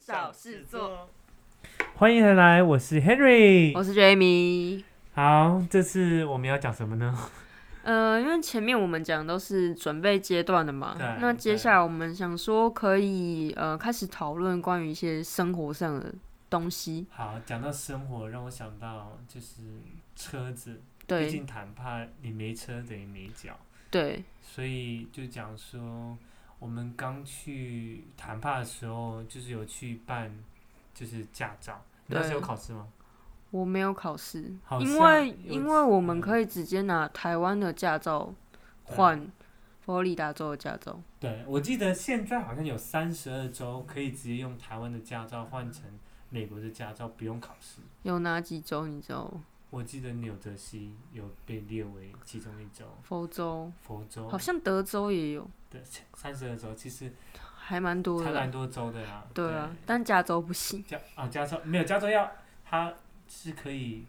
找事做。欢迎回来，我是 Henry。我是 Jamie，好，这次我们要讲什么呢？呃，因为前面我们讲都是准备阶段的嘛对，那接下来我们想说可以呃开始讨论关于一些生活上的东西。好，讲到生活，让我想到就是车子，毕对竟谈判你没车等于没脚，对所以就讲说我们刚去谈判的时候，就是有去办就是驾照，你那时候有对考试吗？我没有考试，好因像为有因为我们嗯可以直接拿台湾的驾照换佛罗里达州的驾照。对，我记得现在好像有三十二州可以直接用台湾的驾照换成美国的驾照，不用考试。有哪几州你知道吗？我记得纽泽西有被列为其中一州，佛州，佛州好像德州也有，对三十二州，其实还蛮多差蛮的。多州的啦。对啊，但加州不行。加啊加州没有加州要它是可以，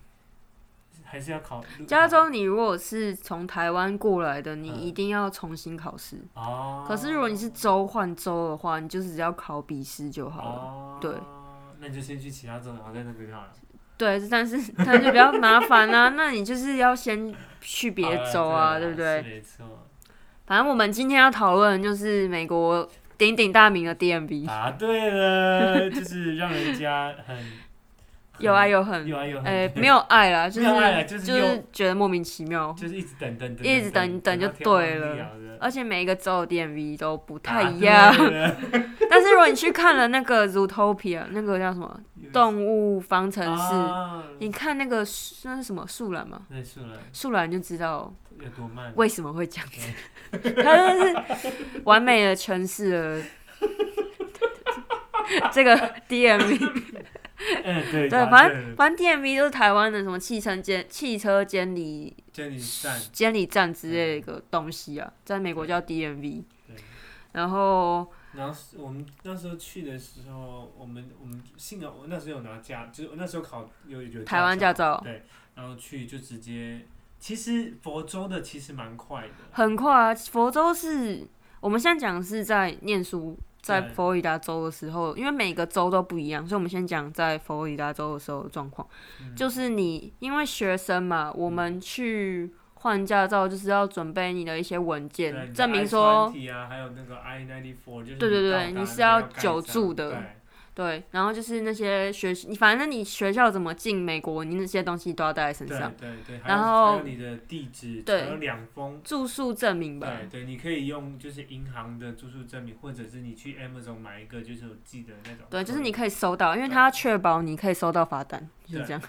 还是要考加州，你如果是从台湾过来的，你嗯一定要重新考试。哦。可是如果你是州换州的话，你就只要考笔试就好了。哦，对，那你就先去其他州，然后再那个就好了。对，但是 但就比较麻烦啦、 那你就是要先去别好啦州啊，哎对对啦不对？是没错。反正我们今天要讨论的就是美国鼎鼎大名的 DMV，答对了，就是让人家很啊有爱又恨，又爱又恨，哎、没有爱 啦，就没有爱啦是就是就是觉得莫名其妙，就是一直等等等，一直等等就到天荒对地了哎老的，而且每一个州的 DMV 都不太答一样。啊对了但是如果你去看了那个 Zootopia，那个叫什么动物方程式，啊你看那个树那是什么树懒吗？认输了树懒就知道有多慢？为什么会这样子，它真的是完美的诠释了这个 DMV。 嗯，对，对答反了正反正 DMV 就是台湾的什么汽车监汽车监理监理站监理站之类的一个东西啊，在美国叫 DMV 对。然后然后是我们那时候去的时候，我们我们幸好我那时候有拿驾，就是我那时候考有有台湾驾照对，然后去就直接，其实佛州的其实蛮快的，很快啊，佛州是我们现在讲的是在念书。在对佛罗里达州的时候，因为每个州都不一样，所以我们先讲在佛罗里达州的时候的状况。嗯就是你因为学生嘛，我们去换驾照就是要准备你的一些文对件，你的证明说 I-20 啊，还有那个 I ninety four，就是对对对到达你那是个要盖久章住的对对，然后就是那些学，你反正你学校怎么进美国，你那些东西都要带在身上，对对对，还然有后还有你的地址，对还有两封。住宿证明吧。对对，你可以用就是银行的住宿证明，或者是你去 Amazon 买一个，就是我记得那种。对，就是你可以收到，因为他要确保你可以收到罚单，就是这样。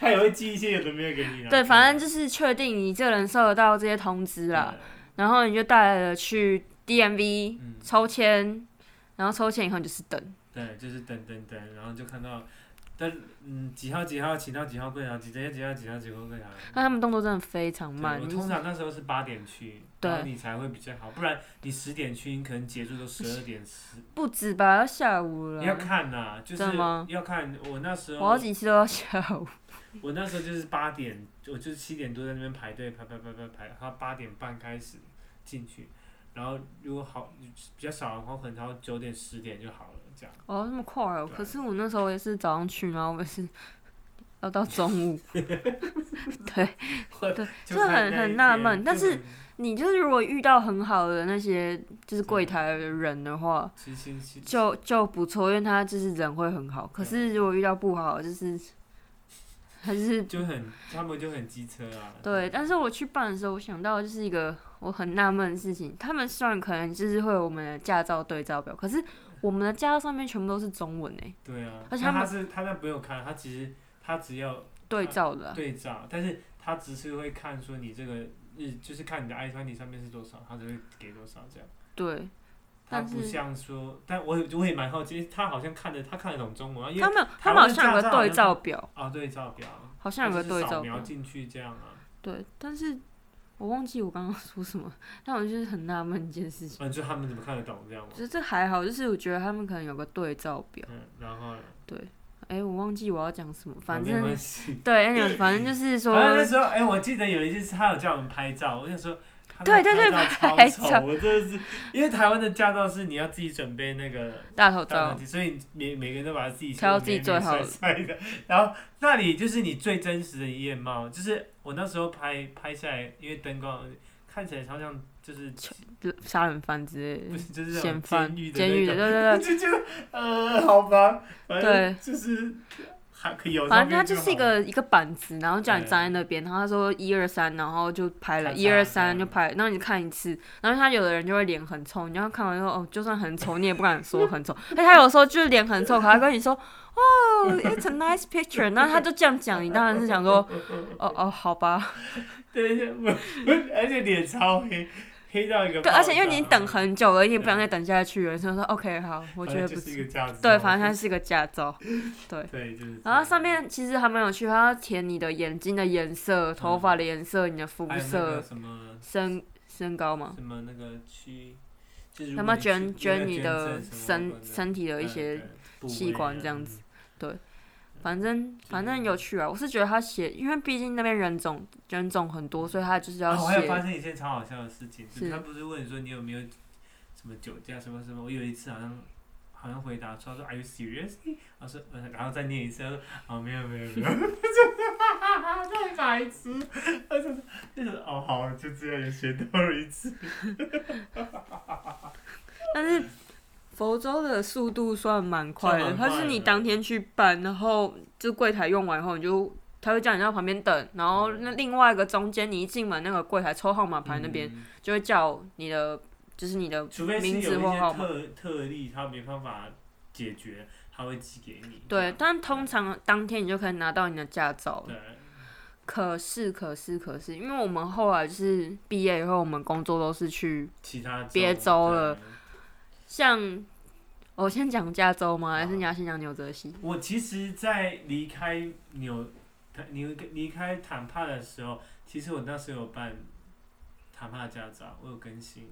他也会寄一些有的没有给你啦。对，反正啊就是确定你这个人收得到这些通知对啦，然后你就带来了去 DMV 嗯，抽签，然后抽签以后你就是等。对，就是等等等，然后就看到，但嗯几号几号请到几号柜台，几几几号几号几号柜台。那他们动作真的非常对哎慢我，通常那时候是八点去，对然后你才会比较好，不然你十点去，你可能结束都十二点十。不止吧，要下午你要了，看呐、就是真的吗要看我那时候，我好几次都要下午。我那时候就是八点，我就是七点多在那边排队排排排排排，然后八点半开始进去，然后如果好比较少的话，可能到九点十点就好了，这样。哦，那么快哦！对可是我那时候也是早上去，然后我也是 要到中 午。对，就这看很那很一纳天闷但就是你就是如果遇到很好的那些就是柜台的人的话，其实其实就就不错，因为他就是人会很好。可啊是如果遇到不好，就是还是就很他们就很机车啊。对，但是我去办的时候，我想到就是一个我很纳闷的事情，他们虽然可能就是会有我们的驾照对照表，可是我们的驾照上面全部都是中文欸诶，对啊，而且那他他们是他那不用看，他其实他只要对照的啊、对照，但是他只是会看说你这个日就是看你的 i 专题上面是多少，他只会给多少这样。对，他但不是像说，但我也我也蛮好奇，他好像看得他看得懂中文啊，因为他们台他湾们好像有的个驾照好对像照表，啊对照表，好像有个他就是对照扫描表，进去这样啊，对，但是我忘记我刚刚说什么， 但我就是很纳闷一件事情，嗯，就他们怎么看得懂这样吗就？是这还好，就是我觉得他们可能有个对照表，嗯，然后呢对，哎、我忘记我要讲什么，反没关正系。对，anyway，反正就是说反正那时候，哎、我记得有一次他有叫我们拍照，我想说他对那对对牌牌照超照丑，我真的是，因为台湾的驾照是你要自己准备那个大头大照问，题，所以每每个人都把自己挑自己最好的的帅的， 然后那里就是你最真实的面貌，就是我那时候拍拍下来，因为灯光看起来超像就是杀人犯之类不的，是就是那嫌种犯、监狱的监狱的，那对对 对种，就觉得呃好吧，反对正就是还可以有，反正他就是一个一个板子，然后叫你对站在那边，然后他说一二三，然后就拍了嗯咔嚓一二三这样就拍，然后你看一次，然后他有的人就会脸很臭，你要看完之后哦，就算很丑你也不敢说很丑，哎但他有时候就是脸很臭，可他跟你说哦，it's a nice picture，然后他就这样讲，你当然是想说哦哦好吧，对，对我我 而且脸超黑，黑到一个爆 对，炸，而且因为你等很久了，你也不想再等下去了，所以说 OK 好，我反觉得正不就是一错，个这样子，对，反正它是一个驾照，对。对就是这样，然后上面其实还蛮有趣，它要填你的眼睛的颜色、头发的颜色、你的肤还有哎那色个、什么。身身高嘛，什么那个区，就是那么啊捐捐捐你的身身体的一些，器官啊这样子。反正反正有趣啊！我是觉得他写，因为毕竟那边人种人种很多，所以他就是然要啊后我哦还有发写。生一件超好笑的事情，就是是他不是问说你有没有什么酒驾什么什么？我有一次好像好像回答说，他说 Are you serious？我说，呃然后再念一次，他说哦没有没有没有， 太白痴，他就是就是哦好，就这样也学到了一次。但是佛州的速度算蛮快的，算蛮快它的是你当天去办，然后就柜台用完后，你就他会叫你到旁边等，然后那另外一个中间你一进门那个柜台抽号码牌那边。嗯，就会叫你的，就是你的除非是有名一字或些号码。特特例，他没办法解决，他会寄给你。对，但通常当天你就可以拿到你的驾照了。对，可是，可是，可是，因为我们后来就是毕业以后，我们工作都是去其他别州了对。像我先讲加州吗？好啊还是你要先讲纽泽西？我其实，在离开纽坦离离开坦帕的时候，其实我那时候有办坦帕的驾照，我有更新，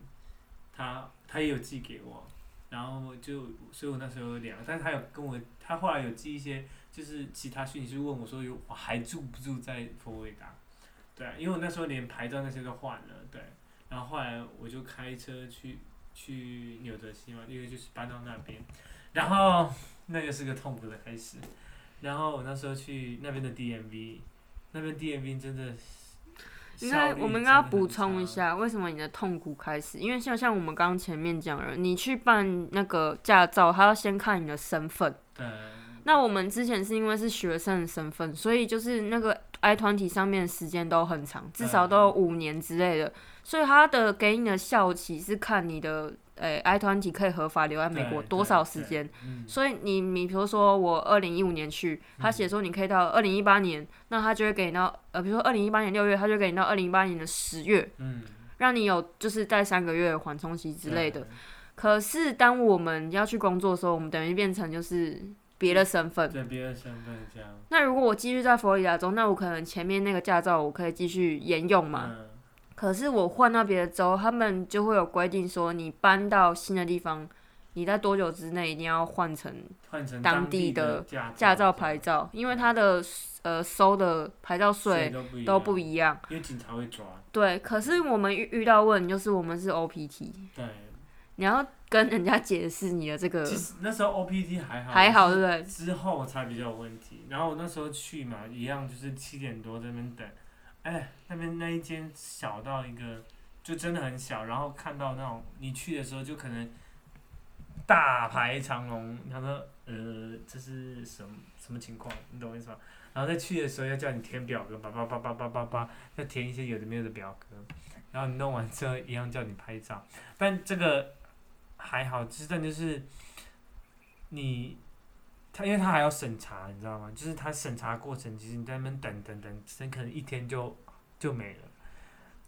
他他也有寄给我，然后我就，所以我那时候有两个，但是他有跟我，他后来有寄一些就是其他讯息，就问我说有我还住不住在佛罗里达？对啊，因为我那时候连牌照那些都换了，对，然后后来我就开车去去纽泽西嘛，因为就是搬到那边，然后。那个是个痛苦的开始。然后我那时候去那边的 DMV，那边 DMV 真的是应该效率真的很差，我们应该要补充一下，为什么你的痛苦开始？因为像像我们刚刚前面讲了，你去办那个驾照，他要先看你的身份。对。那我们之前是因为是学生的身份，所以就是那个 I 团体上面的时间都很长，至少都有嗯五年之类的，所以他的给你的效期是看你的诶、I 团体可以合法留在美国对多少时间。嗯，所以你你比如说我二零一五年去，他写说你可以到二零一八年，那他就会给你到呃，比如说二零一八年六月，他就给你到二零一八年的十月，嗯让你有就是在三个月的缓冲期之类的。，可是当我们要去工作的时候，我们等于变成就是别的身份对。对别的身份这样那如果我继续在佛罗里达州，那我可能前面那个驾照我可以继续沿用嘛。嗯可是我换到别的州，他们就会有规定说，你搬到新的地方，你在多久之内一定要换成换成当地地的驾驾照照牌照，因为它的呃收的牌照税都不一都样不一样。因为警察会抓。对，可是我们遇遇到问题就是我们是 OPT，对，你要跟人家解释你的这个其实那时候 OPT 还好，呃还好，对不对？之后才比较有问题。然后我那时候去嘛，一样就是七点多这边等，哎，那边那一间小到一个，就真的很小。然后看到那种你去的时候就可能大排长龙，他说呃这是什么什么情况，你懂我意思吗？然后再去的时候要叫你填表格，叭叭叭叭叭叭叭，要填一些有的没有的表格。然后你弄完之后一样叫你拍照，但这个还好，就是但就是你他因为他还要审查，你知道吗？就是他审查过程，其实你在那边等等等，真可能一天就就没了。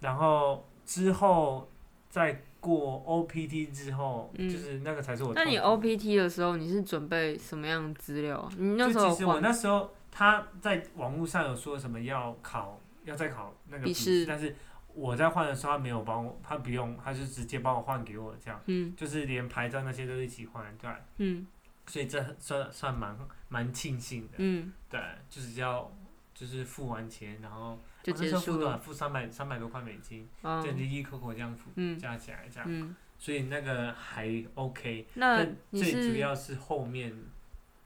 然后之后再过 OPT 之后，嗯就是那个才是我痛苦的。那你 OPT 的时候，你是准备什么样的资料啊？你那时候就有其实我换那时候他在网络上有说什么要考，要再考那个笔笔试但是我在换的时候他没有帮我，他不用，他就直接帮我换给我这样，嗯就是连牌照那些都一起换，对吧，啊嗯所以这算算蛮蛮庆幸的，啊嗯。对，就是要就是付完钱，然后嗯就我那结时候付束多了少？。付三百三百多块美金，这嗯离一 Coco 这样付，嗯加起来这样，嗯，所以那个还 OK。那但你最主是要是后面，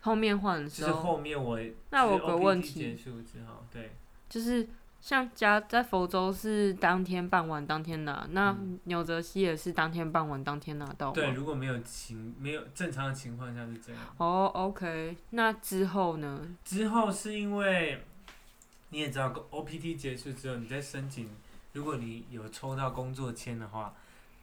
后面换的就时是候，后面我那就我是有个问 OPT 结题，束之后，对，就是像加在佛州是当天办完当天拿，那纽泽西也是当天办完当天拿到嗯对，吗？如果没有情没有正常的情况下是这样。哦，OK，那之后呢？之后是因为你也知道，OPT 结束之后，你再申请，如果你有抽到工作签的话，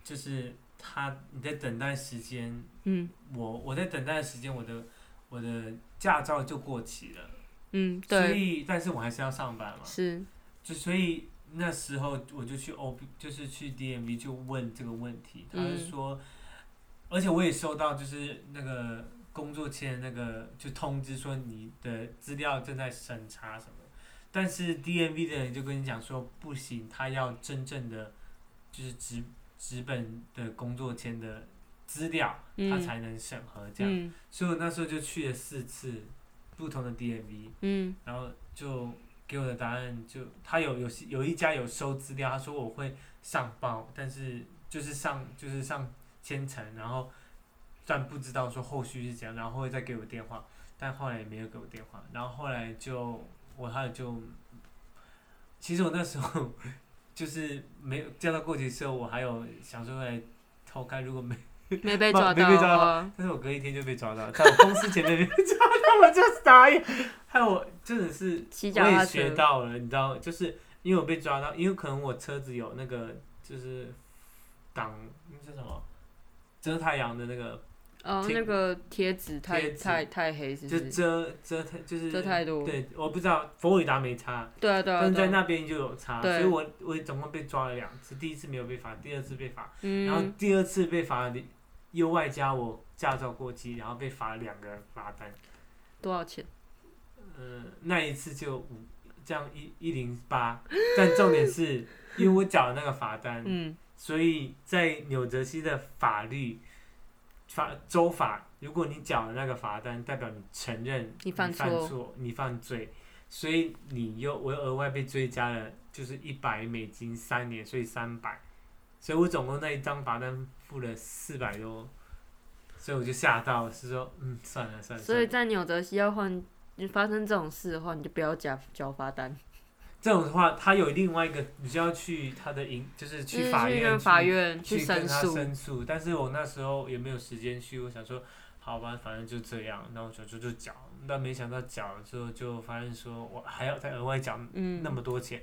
就是他你在等待时间，嗯我我在等待的时间，我的我的驾照就过期了，嗯，所对，以但是我还是要上班嘛，是就所以那时候我就去 O 就是去 DMV 就问这个问题，他嗯就说，而且我也收到就是那个工作签那个就通知说你的资料正在审查什么，但是 DMV 的人就跟你讲说不行，他要真正的就是纸纸本的工作签的资料，他嗯才能审核这样，嗯所以我那时候就去了四次不同的 DMV。嗯 然后就给我的答案就他有有有一家有收资料，他说我会上报，但是就是上就是上千层，然后但不知道说后续是怎样，然后会再给我电话，但后来也没有给我电话，然后后来就我还有就，其实我那时候就是没有叫到过期的时候，我还有想说来偷看，如果没， 没被没抓没到被抓到啊，但是我隔一天就被抓到，在我 公司前面被抓到，我就傻 眼，害我真的是骑脚我也踏学车，到了，你知道，就是因为我被抓到，因为可能我车子有那个就是挡那叫什么遮太阳的那个，哦，贴那个贴纸太贴纸太太黑，是不？就是遮遮太就是这太多，对，我不知道佛罗里达没擦，对啊对但啊是在对啊，那边就有擦，所对以我我总共被抓了两次，第一次没有被罚，第二次被罚，然后嗯，第二次被罚的又外加我驾照过期，然后被罚两个罚单，多少钱？嗯、那一次就五。这样一一零八，但重点是，因为我缴了那个罚单，嗯所以在纽泽西的法律法州法，如果你缴了那个罚单，代表你承认你犯错错，你犯罪，所以你又我又额外被追加了，就是一百美金三年，所以三百，所以我总共那一张罚单付了四百多，所以我就吓到，是说嗯算了算了，所算以了在纽泽西要换，你发生这种事的话，你就不要缴交罚单，这种的话，他有另外一个，你就要去他的营，就是就是去嗯法去院跟去法院去跟申他诉。申诉，但是我那时候也没有时间去，我想说，好吧，反正就这样，那我就就就缴，但没想到缴了之后就发现说我还要再额外缴嗯那，么多钱，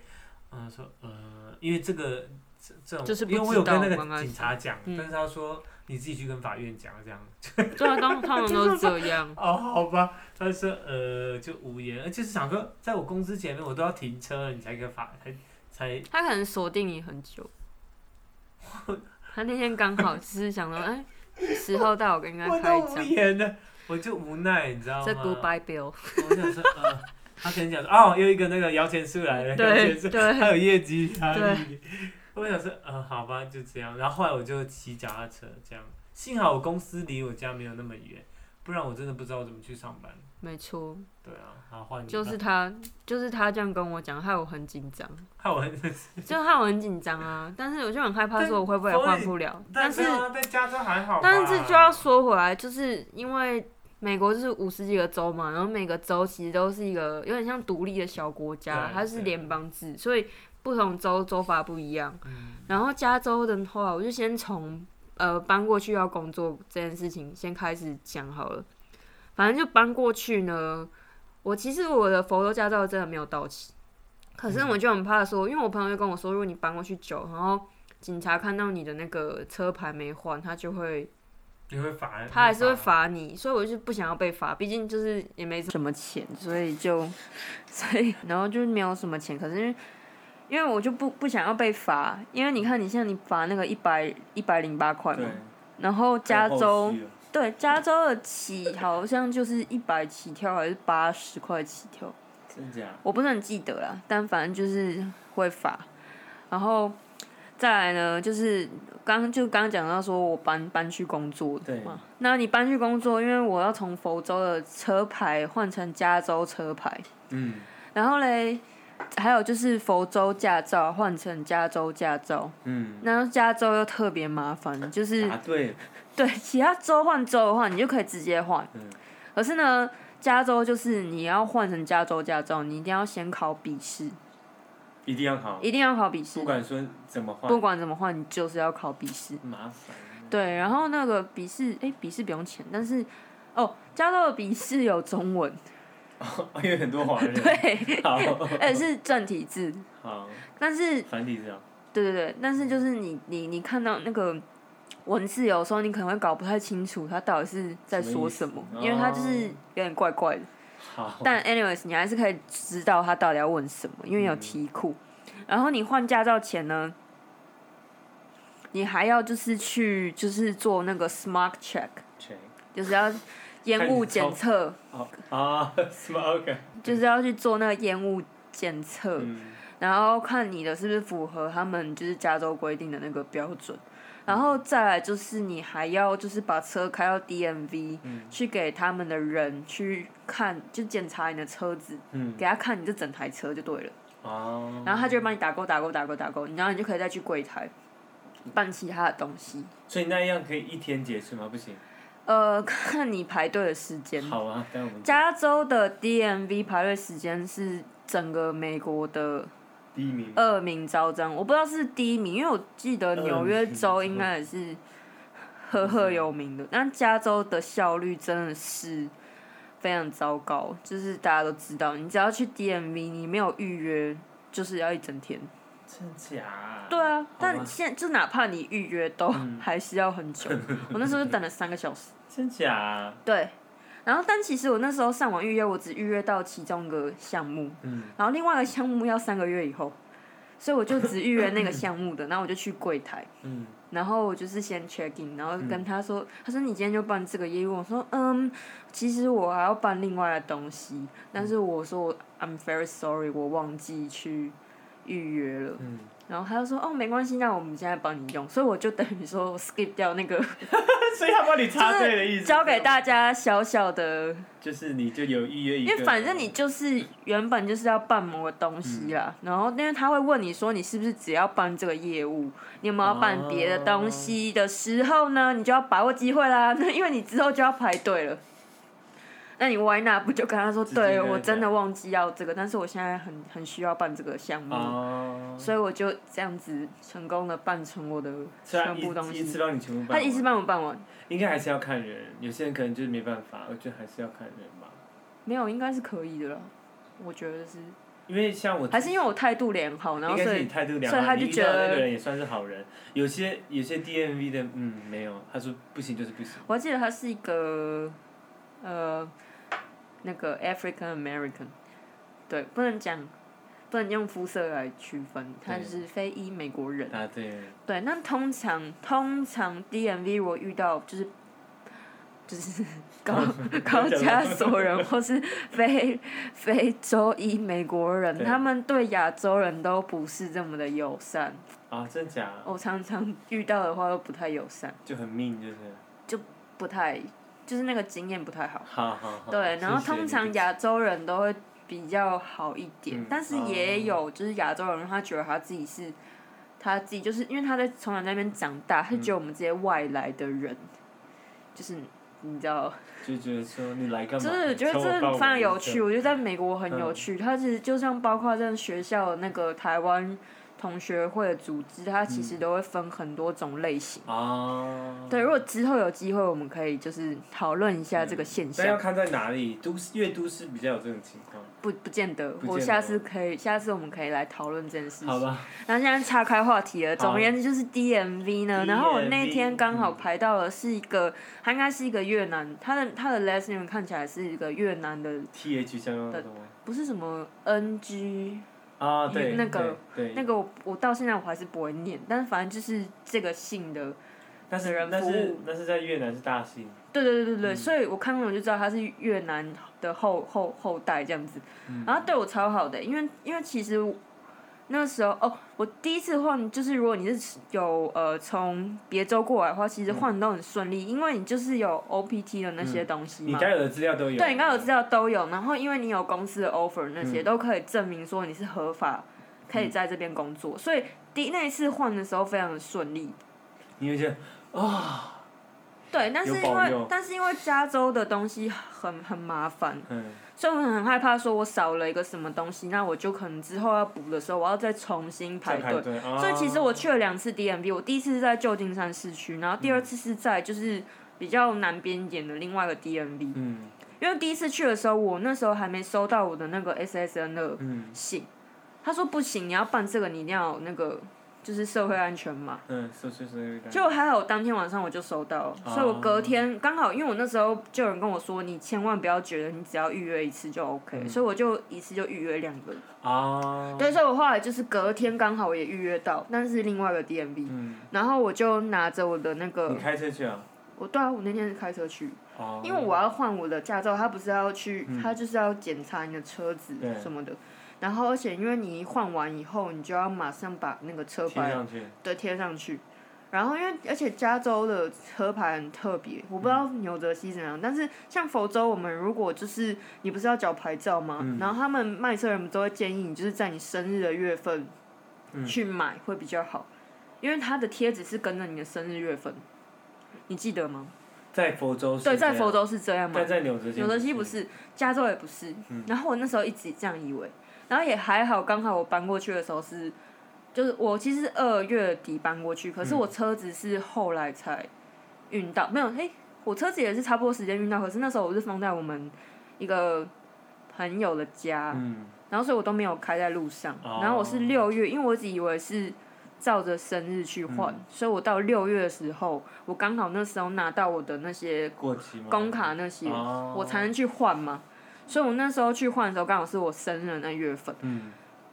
嗯，说呃，因为这个这这种，就是不因为我知有跟道那没关个系警察讲，嗯但是他说你自己去跟法院讲这样，，对啊，当他们都这样 哦，好吧，他说呃就无言，而且是想说在我公司前面我都要停车了，你才跟法才才他可能锁定你很 久。他那天刚好只是想说，哎，时候到，我应该我开都无张。言了，我就无奈，你知道吗？这 Goodbye Bill，我想说，呃，他可能讲说，哦，又一个那个摇钱树来了，摇对钱树，对，还有业绩压力对。我想说，呃，好吧，就这样。然后后来我就骑脚踏车，这样。幸好我公司离我家没有那么远，不然我真的不知道我怎么去上班。没错，对啊，然后换你吧，就是他，就是他这样跟我讲，害我很紧张，害我很。就害我很紧张啊。但是我就很害怕，但说我会不会所以换不了？但是没有啊在加州还好吧，但是这就要说回来，就是因为美国就是五十几个州嘛，然后每个州其实都是一个有点像独立的小国家，对它是对联邦制，所以不同州州法不一样。嗯然后加州的话，我就先从呃搬过去要工作这件事情先开始讲好了。反正就搬过去呢，我其实我的佛州驾照真的没有到期，可是嗯我就很怕说，因为我朋友就跟我说，如果你搬过去久，然后警察看到你的那个车牌没换，他就会你会罚，他还是会。罚你，所以我就不想要被罚，毕竟就是也没什么钱，所以就，所以然后就是没有什么钱，可是因为因为我就不不想要被罚，因为你看你现在你罚那个一百一百零八块嘛，然后加州对加州的起好像就是一百起跳还是八十块起跳，真假？我不是很记得啦，但反正就是会罚。然后再来呢，就是刚就刚刚讲到说我搬搬去工作的对嘛，那你搬去工作，因为我要从佛州的车牌换成加州车牌，嗯，然后嘞，还有就是佛州驾照换成加州驾照，嗯，然后加州又特别麻烦，嗯就是 答对，对其他州换州的话，你就可以直接换，嗯可是呢，加州就是你要换成加州驾照，你一定要先考笔试，一定要考，一定要考笔试不，管说怎么换，不管怎么换，你就是要考笔试。麻烦，对，然后那个笔试，哎，笔试不用钱，但是哦，加州的笔试有中文，因为很多华人，对， 好而且是正体字，好，但是繁体字啊，对对对，但是就是你你你看到那个文字，有时候你可能会搞不太清楚他到底是在说什么，哦什么意思因为他就是有点怪怪的。好，但 anyways，你还是可以知道他到底要问什么，因为有题库。然后你换驾照前呢，你还要就是去就是做那个 smart check， check，就是要烟雾检测，好啊， 什么 OK，就是要去做那个烟雾检测，嗯，然后看你的是不是符合他们就是加州规定的那个标准。然嗯后再来就是你还要就是把车开到 DMV，、嗯去给他们的人去看，就检查你的车子，嗯，给他看你这整台车就对了。哦，然后他就会帮你打勾、打勾、打勾、打勾，然后你就可以再去柜台办其他的东西。所以那样可以一天结束吗？不行，呃， 看你排队的时间。好啊，但我们加州的 DMV 排队时间是整个美国的第一名，二名昭彰，我不知道是第一名，因为我记得纽约州二名应该也是赫赫有名的。但加州的效率真的是非常糟糕，就是大家都知道，你只要去 DMV，你没有预约，就是要一整天。真假？对啊，好吧但现在就哪怕你预约都嗯还是要很久。我那时候就等了三个小时。真假？对，然后但其实我那时候上网预约，我只预约到其中一个项目，嗯，然后另外一个项目要三个月以后，所以我就只预约那个项目的，然后我就去柜台。嗯，然后我就是先 check in，然后跟他说，他说你今天就办这个业务，我说嗯，其实我还要办另外的东西，但是我说我 I'm very sorry，我忘记去预约了，嗯然后他就说哦没关系，那我们现在帮你用，所以我就等于说我 skip 掉那个，所以他帮你插队的意就思，哦是 交给大家小小的，就是你就有预约一因个，为反正你就是原本就是要办某个东西啦，嗯然后因为他会问你说你是不是只要办这个业务，你有没有要办别的哦东西的时候呢，你就要把握机会啦， 因为你之后就要排队了。那你 why not 不就跟他说，直接跟对他我真的讲忘记要这个，但是我现在很很需要办这个项目，哦，所以我就这样子成功的办成我的虽然全部东一一次西。让你全部办他完，一次帮我办完，应该还是要看人，有些人可能就是没办法，我觉得还是要看人吧。没有，应该是可以的了。我觉得是，因为像我，还是因为我态度良好，然应后所该是以你态度良所以好，他你就遇觉到那得个人也算是好人。有些有些 DMV 的，嗯，没有，他说不行就是不行。我还记得他是一个呃那个 African American，对，不能讲，不能用肤色来区分，他对是非裔美国人。答啊对，对，那通常通常 DMV 我遇到就是就是高高加索人或是非非洲裔美国人，对他们对亚洲人都不是这么的友善。啊，真假我常常遇到的话都不太友善，就很命，就是不太就是那个经验不太好。好好好。对，然后谢谢通常你亚洲人都会比较好一点，嗯但是也有就是亚洲人他觉得他自己是。他自己就是因为他在从小在那边长大，嗯他觉得我们这些外来的人，就是你知道，就觉得说你来干嘛？就是我觉得抽我这包非我常有的嗯趣。我觉得在美国很有趣，它其实就像包括在学校的那个台湾同学会的组织，它其嗯实都会分很多种类型。啊。对，如果之后有机会，我们可以就是讨论一下这个现但象要。看在哪里，都市越都市比较有这种情况，不不见得，不我见下得次可以，下次我们可以来讨论这件事好情。吧？然后现在岔开话题了，总好而言之就是 DMV 呢。然后我那 DMV 天刚好嗯排到的是一个，他应该是一个越南，他的他的 last name 看起来是一个越南的， T H 相关的吗？不是什么 NG 啊，对，那个对，对那个我，我到现在我还是不会念，但是反正就是这个姓的，但的是人但服是务但是在越南是大兴，对对对对对，嗯所以我看过我就知道他是越南嗯的后后后代这样子，然后对我超好的，因为因为其实那时候哦，我第一次换就是如果你是有呃从别州过来的话，其实换都很顺利，因为你就是有 OPT 的那些东西嗯你嘛。该有的资料都有。对，你刚有资料都有，然后因为你有公司的 offer 那些、嗯都可以证明说你是合法可以在这边工作，所以第那一次换的时候非常的顺利。你会觉得对，但是有保因为佑但是因为加州的东西很很麻烦，嗯，所以我很害怕说我少了一个什么东西，那我就可能之后要补的时候我要再重新排在队排。队。啊所以其实我去了两次 DMV，我第一次是在旧金山市区，然后第二嗯次是在就是比较南边一点的另外一个 DMV。嗯因为第一次去的时候，我那时候还没收到我的那个 SSN 的嗯信，他说不行，你要办这个，你一定要有那个就是社会安全码。嗯，是是是，结果还好，当天晚上我就收到哦了，所以我隔天刚好，因为我那时候就有人跟我说，你千万不要觉得你只要预约一次就 OK，、所嗯以我就一次就预约两个。啊，对，所以我后来就是隔天刚好我也预约到，但是另外一个 DMV，、嗯，然后我就拿着我的那你个，开车去啊？我对啊，我那天是开车去，哦，因为我要换我的驾照，他不是要去，嗯他就是要检查你的车子对什么的。然后，而且因为你换完以后，你就要马上把那个车贴牌上去，对贴上去。然后，因为而且加州的车牌很特别，我不知嗯道纽泽西怎样，但是像佛州，我们如果就是你不是要缴牌照吗？嗯然后他们卖车人都会建议你就是在你生日的月份嗯去买会比较好，因为它的贴纸是跟着你的生日月份，你记得吗？在佛州是对，在这样佛，州是这样吗？但在纽泽西有的西不，是，加州也不是。嗯然后我那时候一直这样以为，然后也还好，刚好我搬过去的时候是，就是我其实是二月底搬过去，可是我车子是后来才运到，没有，嘿，我车子也是差不多时间运到，可是那时候我是放在我们一个朋友的家，嗯，然后所以我都没有开在路上。哦然后我是六月，因为我一直以为是照着生日去换，所以我到六月的时候，我刚好那时候拿到我的那些过期吗？工卡那些，哦我才能去换嘛。所以我那时候去换的时候，刚好是我生日那月份，嗯，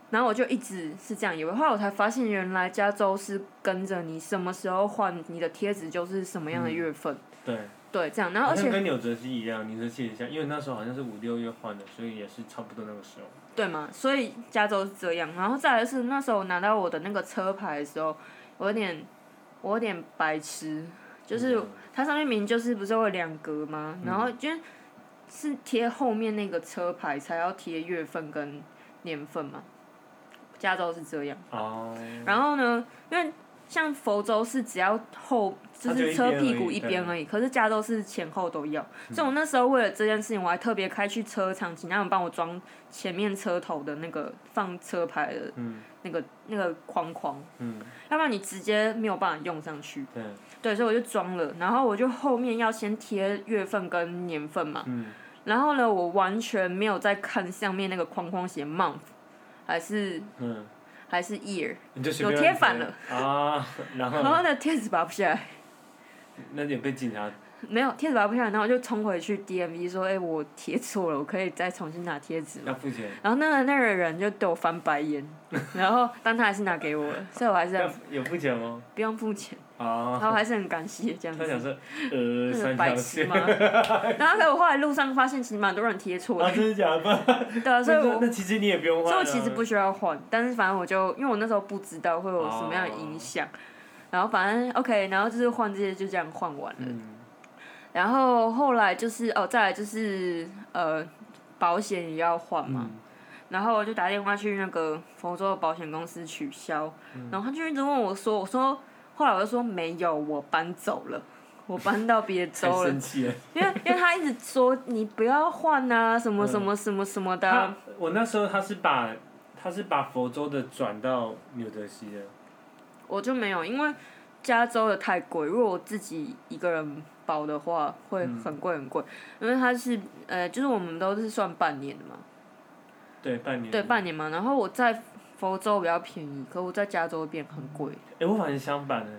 然后我就一直是这样以为，后来我才发现，原来加州是跟着你什么时候换你的贴纸就是什么样的月份，对，对，这样。然后嗯好而像且跟纽泽西一样，纽泽西也像，因为那时候好像是五六月换的，所以也是差不多那个时候。对嘛，所以加州是这样。然后再来是那时候我拿到我的那个车牌的时候，我有点我有点白痴，就是嗯它上面明明就是不是会有两格吗？嗯然后就是是贴后面那个车牌才要贴月份跟年份嘛，加州是这样。哦，然后呢，因为像佛州是只要后就它就是一车边而屁股已一对嗯边而已，可是加州是前后都要。所以我那时候为了这件事情，我还特别开去车厂，请他们帮我装前面车头的那个放车牌的嗯那个那个框框，嗯，要不然你直接没有办法用上去。对，对，所以我就装了，然后我就后面要先贴月份跟年份嘛。嗯然后呢，我完全没有在看上面那个框框写 month 还是嗯，还是 year，你就随有便贴乱反了，啊，然然后后呢贴纸拔不下来。那也被警察没有贴纸拔不下来，然后我就冲回去 DMV 说：“哎、我贴错了，我可以再重新拿贴纸吗要付钱，然后那个那个人就对我翻白 眼，然后但他还是拿给我了，所以我还是要 很付有付钱吗？不用付钱，啊，然后还是很感谢这样他想子。说，呃，那个三白条痴线， 嘛，然后可我后来路上发现，其实蛮多人贴错啊，的，真的假的？对 啊，所以那我那其实你也不用换所以我啊，其实不需要换，但是反正我就因为我那时候不知道会有什么样的哦影响，然后反正 OK，然后就是换这些就这样换完了，嗯，然后后来就是哦，再来就是呃，保险也要换嘛，嗯然后我就打电话去那个佛州的保险公司取消，嗯然后他就一直问我说，我说后来我就说没有，我搬走了，我搬到别州太了生，气了。因为因为他一直说你不要换啊，什么嗯什么什么什么的啊、他我那时候他是把他是把佛州的转到纽泽西的，我就没有，因为加州的太贵，如果我自己一个人包的话，会很贵很贵，因为它是呃，就是我们都是算半年的嘛，对，半年。对，半年嘛，然后我在佛州比较便宜，可我在加州变很贵，哎，我反正相反的，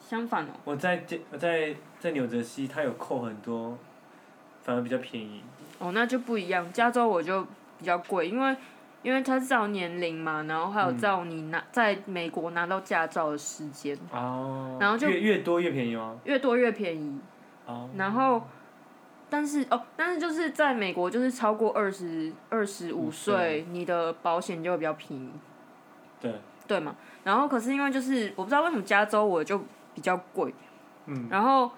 相反哦，我在这我在在纽泽西，他有扣很多，反而比较便宜。哦，那就不一样。加州我就比较贵，因为因为它是照年龄嘛，然后还有照你拿、在美国拿到驾照的时间，哦。然后就越越多越便宜哦吗？越多越便宜。哦。然后，但是哦，但是就是在美国，就是超过二十二十五五岁，你的保险就会比较便宜。对，对嘛？然后可是因为就是我不知道为什么加州我就比较贵，嗯，然后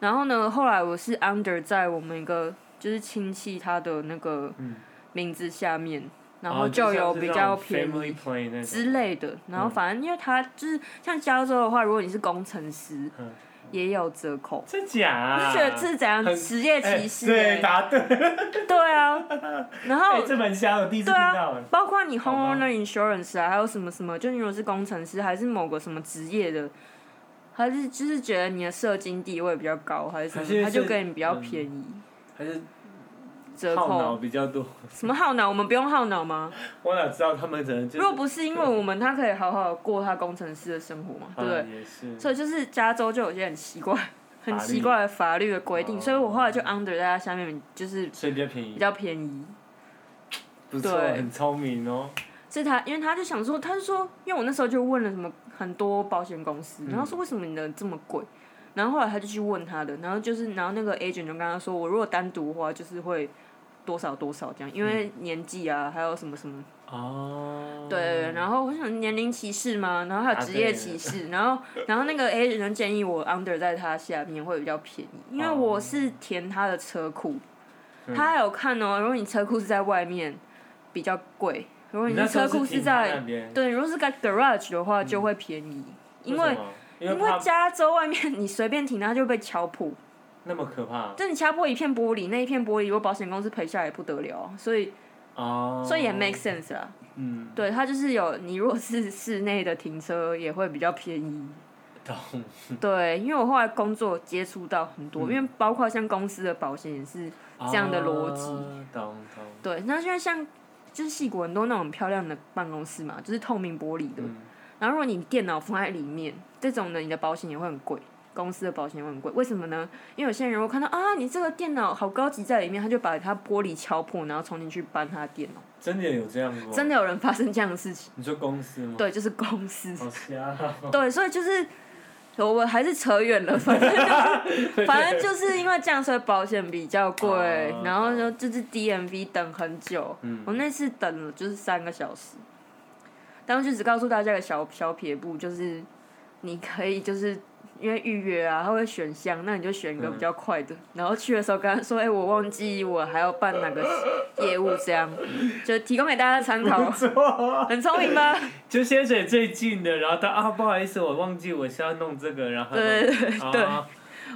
然后呢，后来我是 under 在我们一个就是亲戚他的那个嗯名字下面，然哦后就有像是比那较种便宜 family plan 那种之类的。然后嗯反正因为它就是像加州的话，如果你是工程师嗯，也有折扣。真假、我啊？就觉得这是怎样很职业哎歧视、对，欸？答对， 对 啊，然后哎，这蛮瞎的，我第一次对听到啊哎，，包括你好吧 homeowner insurance 啊，还有什么什么，就你如果是工程师，还是某个什么职业的，还是就是觉得你的社经地位比较高，还是还什是么，他就是给你比较嗯便宜、还是折耗脑扣。比较多。什么耗脑？我们不用耗脑吗？我哪知道他们可能就如是果不是因为我们，他可以好好过他工程师的生活嘛，对不啊对？也是，所以就是加州就有些很奇怪、很法律奇怪的法律的规定，哦所以我后来就 under 在它下面，就是所以比较便比宜，较便宜。不错，对很聪明哦。是他，因为他就想说，他就说，因为我那时候就问了什么很多保险公司，嗯然后说为什么你的这么贵，然后后来他就去问他的，然后就是，然后那个 agent 就跟他说，我如果单独的话，就是会多少多少这样，因为年纪啊，还有什么什么，嗯哦，对，然后我想年龄歧视嘛，然后还有啊职业对歧 视，然后然后那个 agent 就建议我 under 在他下面会比较便宜，因为哦我是填他的车库，嗯他还有看哦，如果你车库是在外面比较贵，如果你你那的时候车是库停是在那边，对，如果是在 garage 的话，就会便宜，因嗯为为什么因因为怕为加州外面 你随便停，它就被敲破。那么可怕就你敲破一片玻璃，那一片玻璃，如果保险公司赔下来也不得了，啊所以哦，所以也 make sense 啦。嗯，对，它就是有你如果是室内的停车也会比较便宜。懂，对，因为我后来工作接触到很多，嗯因为包括像公司的保险也是这样的逻辑哦懂懂，对。那现在像就是戏骨很多那种很漂亮的办公室嘛，就是透明玻璃的，嗯，然后如果你电脑放在里面，这种的你的保险也会很贵，公司的保险也会很贵。为什么呢？因为有些人如果看到啊，你这个电脑好高级在里面，他就把它玻璃敲破，然后重新去搬他的电脑。真的有这样过？真的有人发生这样的事情？你说公司吗？对，就是公司。好瞎哦，对，所以就是。我我还是扯远了，反正就是，反正就是因为这样，所以保险比较贵哦，然后就就是 DMV 等很久，嗯我那次等了就是三个小时，当时只告诉大家一个小小撇步，就是你可以就是因为预约啊，他会选项，那你就选一个比较快的，然后去的时候跟他说，哎、我忘记我还要办哪个业务，这样就提供给大家参考，很聪明吧？就先选最近的，然后到啊，不好意思，我忘记我是要弄这个，然后对对对对啊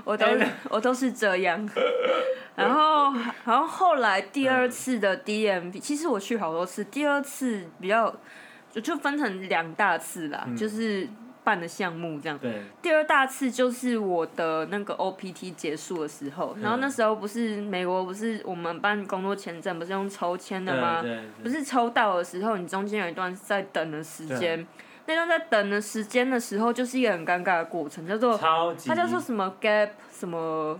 我都是 我都是这样。然后，然后后来第嗯二次的 DMV，其实我去好多次，第二次比较就就分成两大次啦，嗯就是办的项目这样。对，第二大次就是我的那个 OPT 结束的时候，然后嗯那时候不是美国不是我们办工作签证不是用抽签的吗？嗯对对对不是抽到的时候，你中间有一段在等的时间，那段在等的时间的时候，就是一个很尴尬的过程，叫做超级，它叫做什么 gap 什么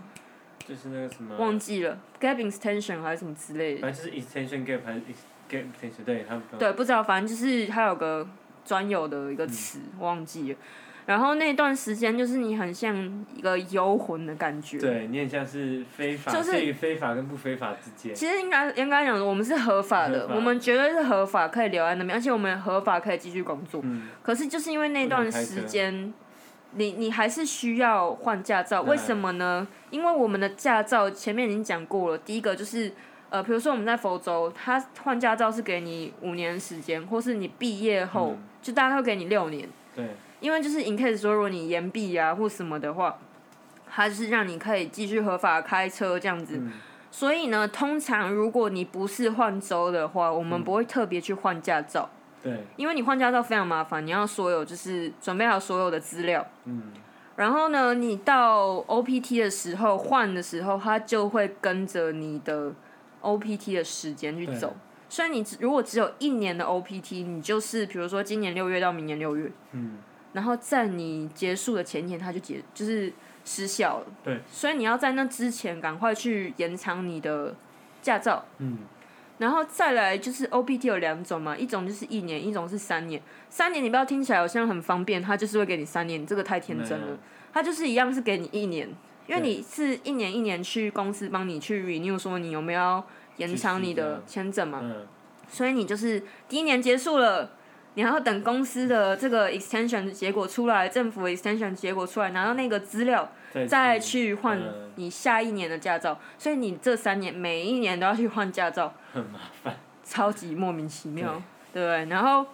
就是那个什么，忘记了 gap extension 还是什么之类的，反正就是 extension gap 还是 ex- gap extension，对他们不对，不知道，反正就是它有个专有的一个词、嗯忘记了。然后那段时间就是你很像一个游魂的感觉，对，你很像是非法，就是介于非法跟不非法之间。其实应该应该讲，我们是合法的，合法我们绝对是合法，可以留在那边，而且我们合法可以继续工作。嗯，可是就是因为那段时间，你你还是需要换驾照，对为什么呢？因为我们的驾照前面已经讲过了，第一个就是。呃，比如说我们在佛州，他换驾照是给你五年时间，或是你毕业后、嗯就大概会给你六年，对，因为就是 in case 说如果你延毕啊或什么的话，他就是让你可以继续合法开车这样子。嗯，所以呢，通常如果你不是换州的话，我嗯们不会特别去换驾照，对，因为你换驾照非常麻烦，你要所有就是准备好所有的资料，嗯，然后呢，你到 OPT 的时候换的时候，它就会跟着你的 OPT 的时间去对走。所以你只如果只有一年的 OPT，你就是比如说今年六月到明年六月，嗯，然后在你结束的前一天，它就结就是失效了。对，所以你要在那之前赶快去延长你的驾照。嗯，然后再来就是 OPT 有两种嘛，一种就是一年，一种是三年。三年你不要听起来好像很方便，它就是会给你三年，你这个太天真没了有。它就是一样是给你一年，因为你是一年一年去公司帮你去 renew，说你有没有要延长你继续这的样签证嘛。嗯，所以你就是第一年结束了，你还要等公司的这个 extension 的结果出来，政府 extension 结果出来，拿到那个资料，再再去去换嗯你下一年的驾照。所以你这三年每一年都要去换驾照， 很麻烦。超级莫名其妙，对不对？然后，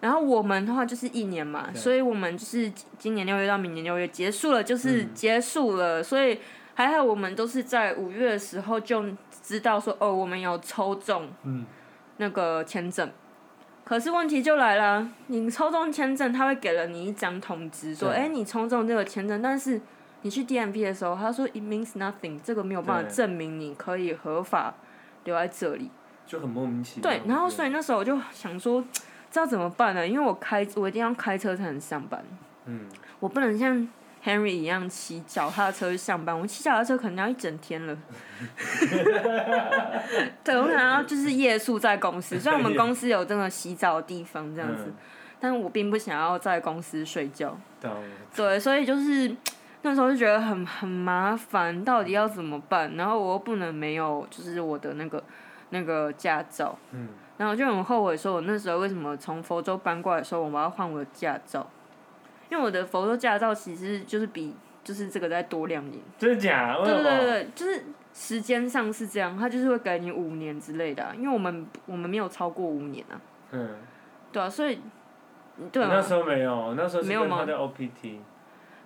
然后我们的话就是一年嘛，对所以我们就是今年六月到明年六月结束了，就是嗯结束了。所以还好我们都是在五月的时候就知道说，哦，我们有抽中嗯，那个签证。可是问题就来了，你抽中签证，他会给了你一张通知，说，对哎、你抽中这个签证，但是你去 DMV 的时候，他说 it means nothing，这个没有办法对证明你可以合法留在这里。就很莫名其妙。对，然后所以那时候我就想说，这要怎么办呢？因为我开，我一定要开车才能上班，嗯，我不能像 Henry 一样骑脚踏车去上班，我骑脚踏车可能要一整天了。 对，我可能要就是夜宿在公司，虽然我们公司有这个洗澡的地方这样子，嗯但是我并不想要在公司睡觉。懂。对，所以就是那时候就觉得很很麻烦，到底要怎么办？然后我又不能没有就是我的那个那个驾照，嗯，然后我就很后悔，说我那时候为什么从佛州搬过来的时候，我要换我的驾照，因为我的佛州驾照其实就是比就是这个再多两年。真的假？对对对对，对，就是时间上是这样，它就是会给你五年之类的啊、因为我们我们没有超过五年啊，嗯，对啊，所以对我那啊，时候没有，那时候是没有跟吗他的 OPT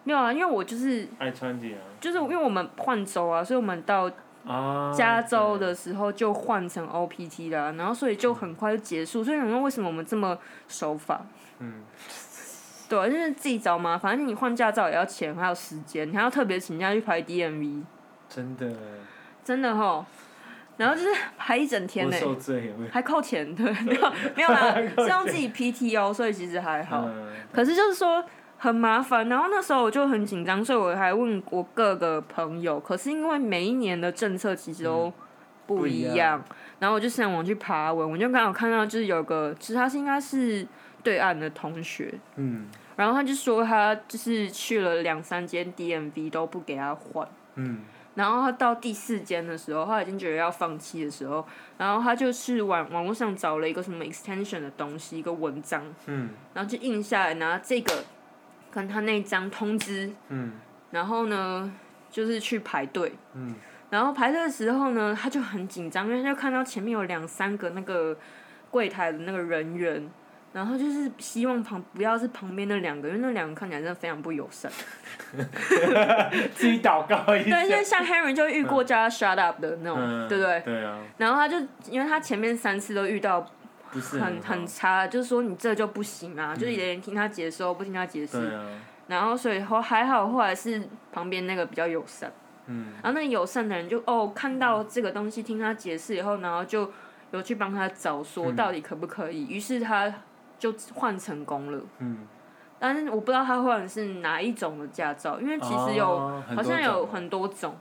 没有啊，因为我就是爱川姐啊。就是因为我们换州啊，所以我们到啊，加州对的时候就换成 OPT 啦、然后所以就很快就结束，所以想说为什么我们这么守法？嗯，对啊，就是自己找麻烦，而且你换驾照也要钱，还有时间，你还要特别请假去排 DMV，真的，真的吼。然后就是排一整天欸我呢、受罪有没有？还扣钱，对，没有没有 啦，是用自己 PTO，所以其实还好。嗯，可是就是说很麻烦，然后那时候我就很紧张，所以我还问我各个朋友。可是因为每一年的政策其实都不不一一样，样然后我就上网去爬文，我就刚好看到就是有个，其实他是应该是对岸的同学，嗯然后他就说他就是去了两三间 DMV 都不给他换。嗯，然后他到第四间的时候，他已经觉得要放弃的时候，然后他就去网网络上找了一个什么 extension 的东西，一个文章，嗯然后就印下来，拿这个跟他那张通知，嗯然后呢就是去排队，嗯，然后排队的时候呢，他就很紧张，因为他就看到前面有两三个那个柜台的那个人员。然后就是希望旁不要是旁边那两个，因为那两个看起来真的非常不友 善。自己祷告一对，因下为。像 Henry 就遇过叫他 shut up 的 那种，嗯，对不对？对啊，然后他就因为他前面三次都遇到不是很哦很很好差，就是说你这就不行啊，就是连听他解说不听他解释，对啊，然后所以后还好后来是旁边那个比较友善，嗯然后那个友善的人就哦看到这个东西听他解释以后，然后就有去帮他找说嗯到底可不可以，于是他就换成功了，嗯，但是我不知道他换的是哪一种的驾照，因为其实有、哦很好多像有种很多种，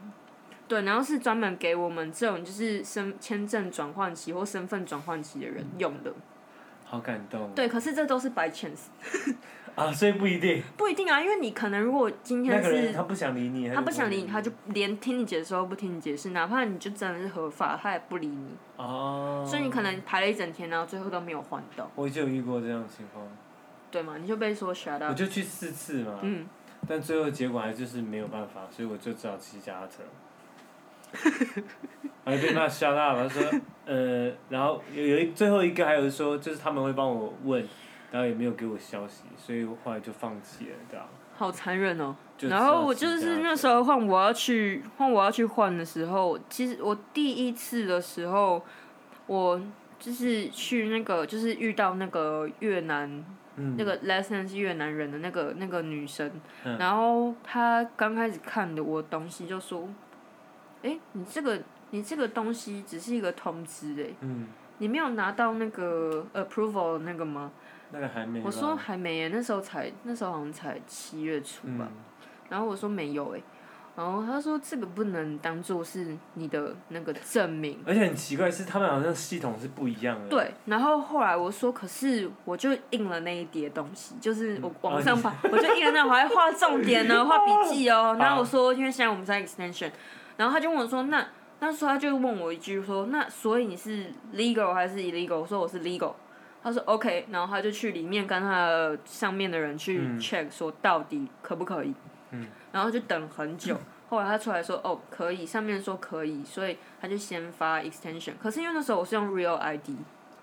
对，然后是专门给我们这种就是身签证转换期或身份转换期的人用哦的。好感动对，可是这都是 by chance，啊，所以不一定，不一定啊，因为你可能如果今那天个人是他不想理你，他不想理你，就他就连听你解释都不听你解释，哪怕你就真的是合法，他也不理你，哦，所以你可能排了一整天，然后最后都没有换到，我就有遇过这样的情况，对吗？你就被说 shut 我 up。就去四次嘛，嗯，但最后结果还就是没有办法，所以我就只好骑脚踏车。 还被骂吓到，他说，呃，然后有有一最后一个还有说，就是他们会帮我问，然后也没有给我消息，所以我后来就放弃了，对吧、好残忍哦。就然后我只就好骑是脚踏那车时候换我要去换我要去换的时候，其实我第一次的时候，我就是去那个就是遇到那个越南、嗯那个 lesson 是越南人的那个那个女生，嗯然后她刚开始看的我东西就说，哎、你这个你这个东西只是一个通知哎、嗯，你没有拿到那个 approval 的那个吗？那个还没吧。我说还没耶，那时候才那时候好像才七月初吧。嗯，然后我说没有哎、然后他说这个不能当做是你的那个证明，而且很奇怪是他们好像系统是不一样的。对。然后后来我说，可是我就印了那一叠东西，就是我嗯网上把、我就印了那，我还画重点呢，画笔记 哦。然后好我说，因为现在我们在 extension，然后他就问我说，那那时候他就问我一句说，那所以你是 legal 还是 illegal？我说我是 legal。他说 OK，然后他就去里面跟他的上面的人去嗯 check 说到底可不可以，嗯然后就等很 久，后来他出来说哦可以，上面说可以，所以他就先发 extension，可是因为那时候我是用 Real ID，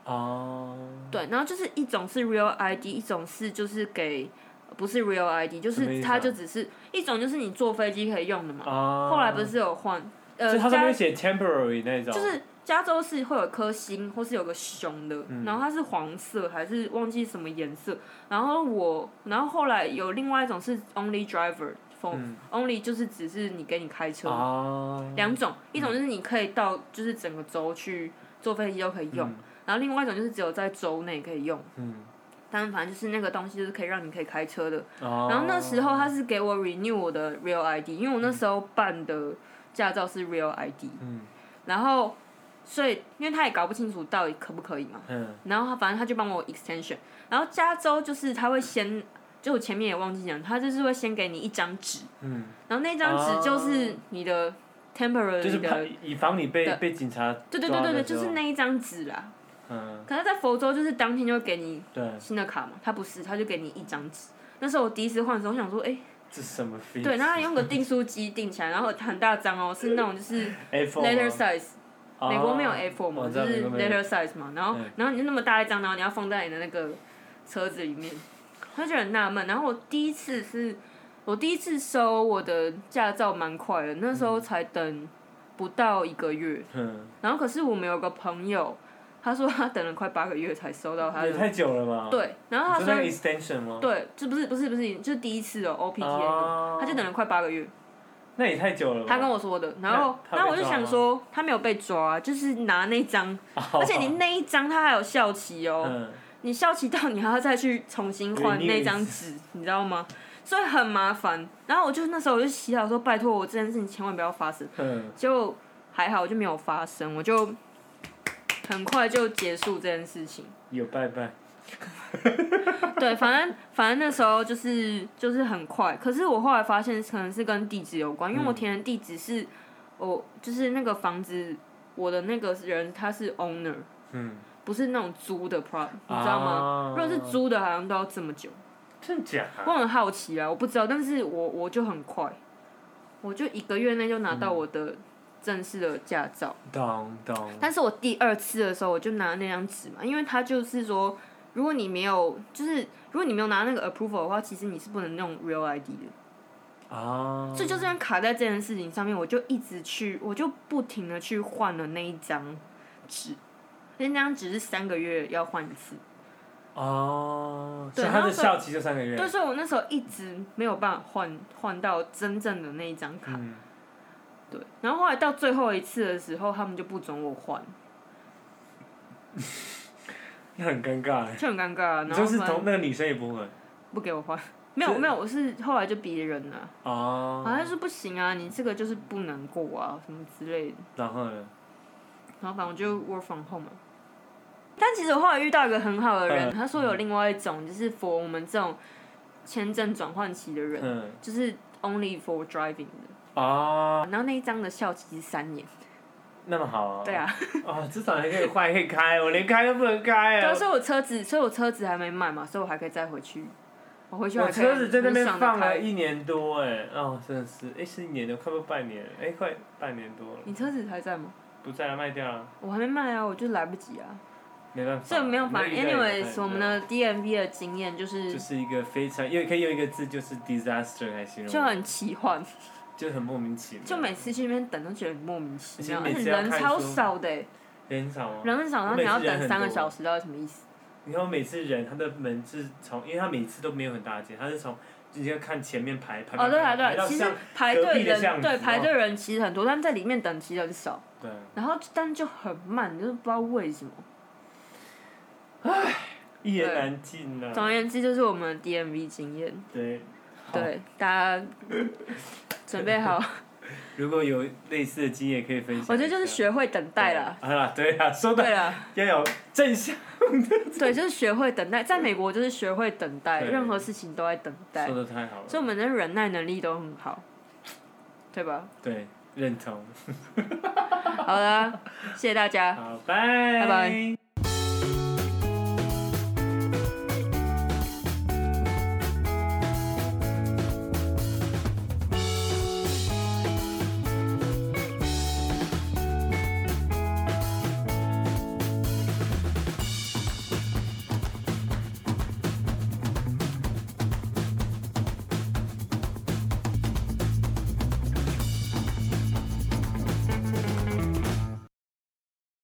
哦，对，然后就是一种是 Real ID，一种是就是给不是 Real ID，就什么意是思啊它就只是一种就是你坐飞机可以用的嘛，啊，后来不是有换呃所以它上加面写 temporary 那种，就是加州是会有一颗星，或是有个熊的，嗯然后它是黄色还是忘记什么颜色。然后我，然后后来有另外一种是 only driver for、嗯 only 就是只是你给你开车，啊，两种，一种就是你可以到就是整个州去坐飞机都可以用，然后另外一种就是只有在州内可以用。嗯，但反正就是那个东西就是可以让你可以开车的。哦然后那时候他是给我 renew 我的 real ID，因为我那时候办的驾照是 real ID。嗯然后，所以因为他也搞不清楚到底可不可以嘛，嗯然后他反正他就帮我 extension，然后加州就是他会先，就我前面也忘记讲，他就是会先给你一张纸，嗯，然后那张纸哦就是你的 temporary 的，就是怕以防你被的被警察对啊对对对对，抓的时就候是那一张纸啦。嗯可是，在佛州就是当天就会给你对，新的卡嘛，他不是，他就给你一张纸。那时候我第一次换的时候，我想说，哎、这是什么 fee？对，然后他用个订书机订起来，然后很大张哦，是那种就是 A4 吗 letter size，啊美国没有 A4 嘛，我知就道是美国没有 letter size 嘛，然后嗯然后你就那么大一张，然后你要放在你的那个车子里面，他就很纳闷。然后我第一次是，我第一次收我的驾照蛮快的，那时候才等不到一个月。嗯，然后可是我们有个朋友，他说他等了快八个月才收到他也的，太久了吧？，对，然后他你说那个说 extension 吗？对，这不是不是不是，就是第一次哦 OPT 那个，哦他就等了快八个月。那也太久了吧？他跟我说的，然后嗯那他那有被我就想说他没有被抓，就是拿那张，而且你那一张他还有效期哦，哦嗯，你效期到你还要再去重新换那张纸，你知道吗？所以很麻烦。然后我就那时候我就祈祷说，拜托我这件事情千万不要发生。嗯就还好，我就没有发生，我就很快就结束这件事情。有拜拜， 对，反正反正那时候就是就是很快，可是我后来发现可能是跟地址有关，因为我填的地址是，我就是那个房子，我的那个人他是 owner，嗯，不是那种租的 pro，你知道吗？啊如果是租的，好像都要这么久。真假？我很好奇啊，我不知道，但是我我就很快，我就一个月内就拿到我的正式的驾照。懂懂，但是我第二次的时候，我就拿那张纸嘛，因为他就是说，如果你没有，就是如果你没有拿那个 approval 的话，其实你是不能用 real ID 的。啊，所以就这样卡在这件事情上面，我就一直去，我就不停的去换了那一张纸，那张纸是三个月要换一次。哦，对所以它然后的所以效期就三个月对，，所以我那时候一直没有办法换换到真正的那一张卡。嗯，对，然后后来到最后一次的时候，他们就不准我换，那很尴尬哎。就很尴尬啊。然你后就是反正同那个女生也不会不给我 换，没有是没有，我是后来就别人了、好哦，像是不行啊，你这个就是不能过啊，什么之类的。然后呢？然后反正我就 work from home 嘛。但其实我后来遇到一个很好的人，嗯他说有另外一种就是 for 我们这种签证转换期的人，嗯就是 only for driving 的。啊，然后那一张的效期是三年。那么好啊，对啊，啊，至少还可以换，还可以开，我连开都不能开对啊，啊！所以我车子，所以我车子还没卖嘛，所以我还可以再回去。我回去我还可以车子在那边很爽地放了开一年多哎，哦，真的是，哎，是一年多，快不半年了，哎，快半年多了，你车子还在吗？不在了，卖掉了，我还没卖啊，我就来不及啊，没办法，所以没有法。你那个也太 Anyways，我们的 DMV 的经验就是就是一个非常，因为可以用一个字就是 disaster 来形容，就很奇幻，就很莫名其妙，就每次去那边等都觉得很莫名其妙，而而且每且次要人看超书少的欸，人很少啊。人很少，然后你要我每次等人三个很多小时，到底什么意思？你看我每次人，他的门是从，因为他每次都没有很大间，他是从直接看前面排排哦，对啊，排对排到啊，其实像排隔队壁的巷人子对哦排队人其实很多，但在里面等其实很少，对，然后但就很慢，就是不知道为什么。一言难尽总而啊。言之，就是我们的 DMV 经验，对，好对大家准备 好，如果有类似的经验可以分享一下。我觉得就是学会等待啦。对。啊，对啊，说对的啦，要有正向。对，就是学会等待，在美国就是学会等待，对任何事情都在等待说，的太好了所以，我们的忍耐能力都很好，对吧？ 对，认同。好啦，谢谢大家。好，拜拜拜。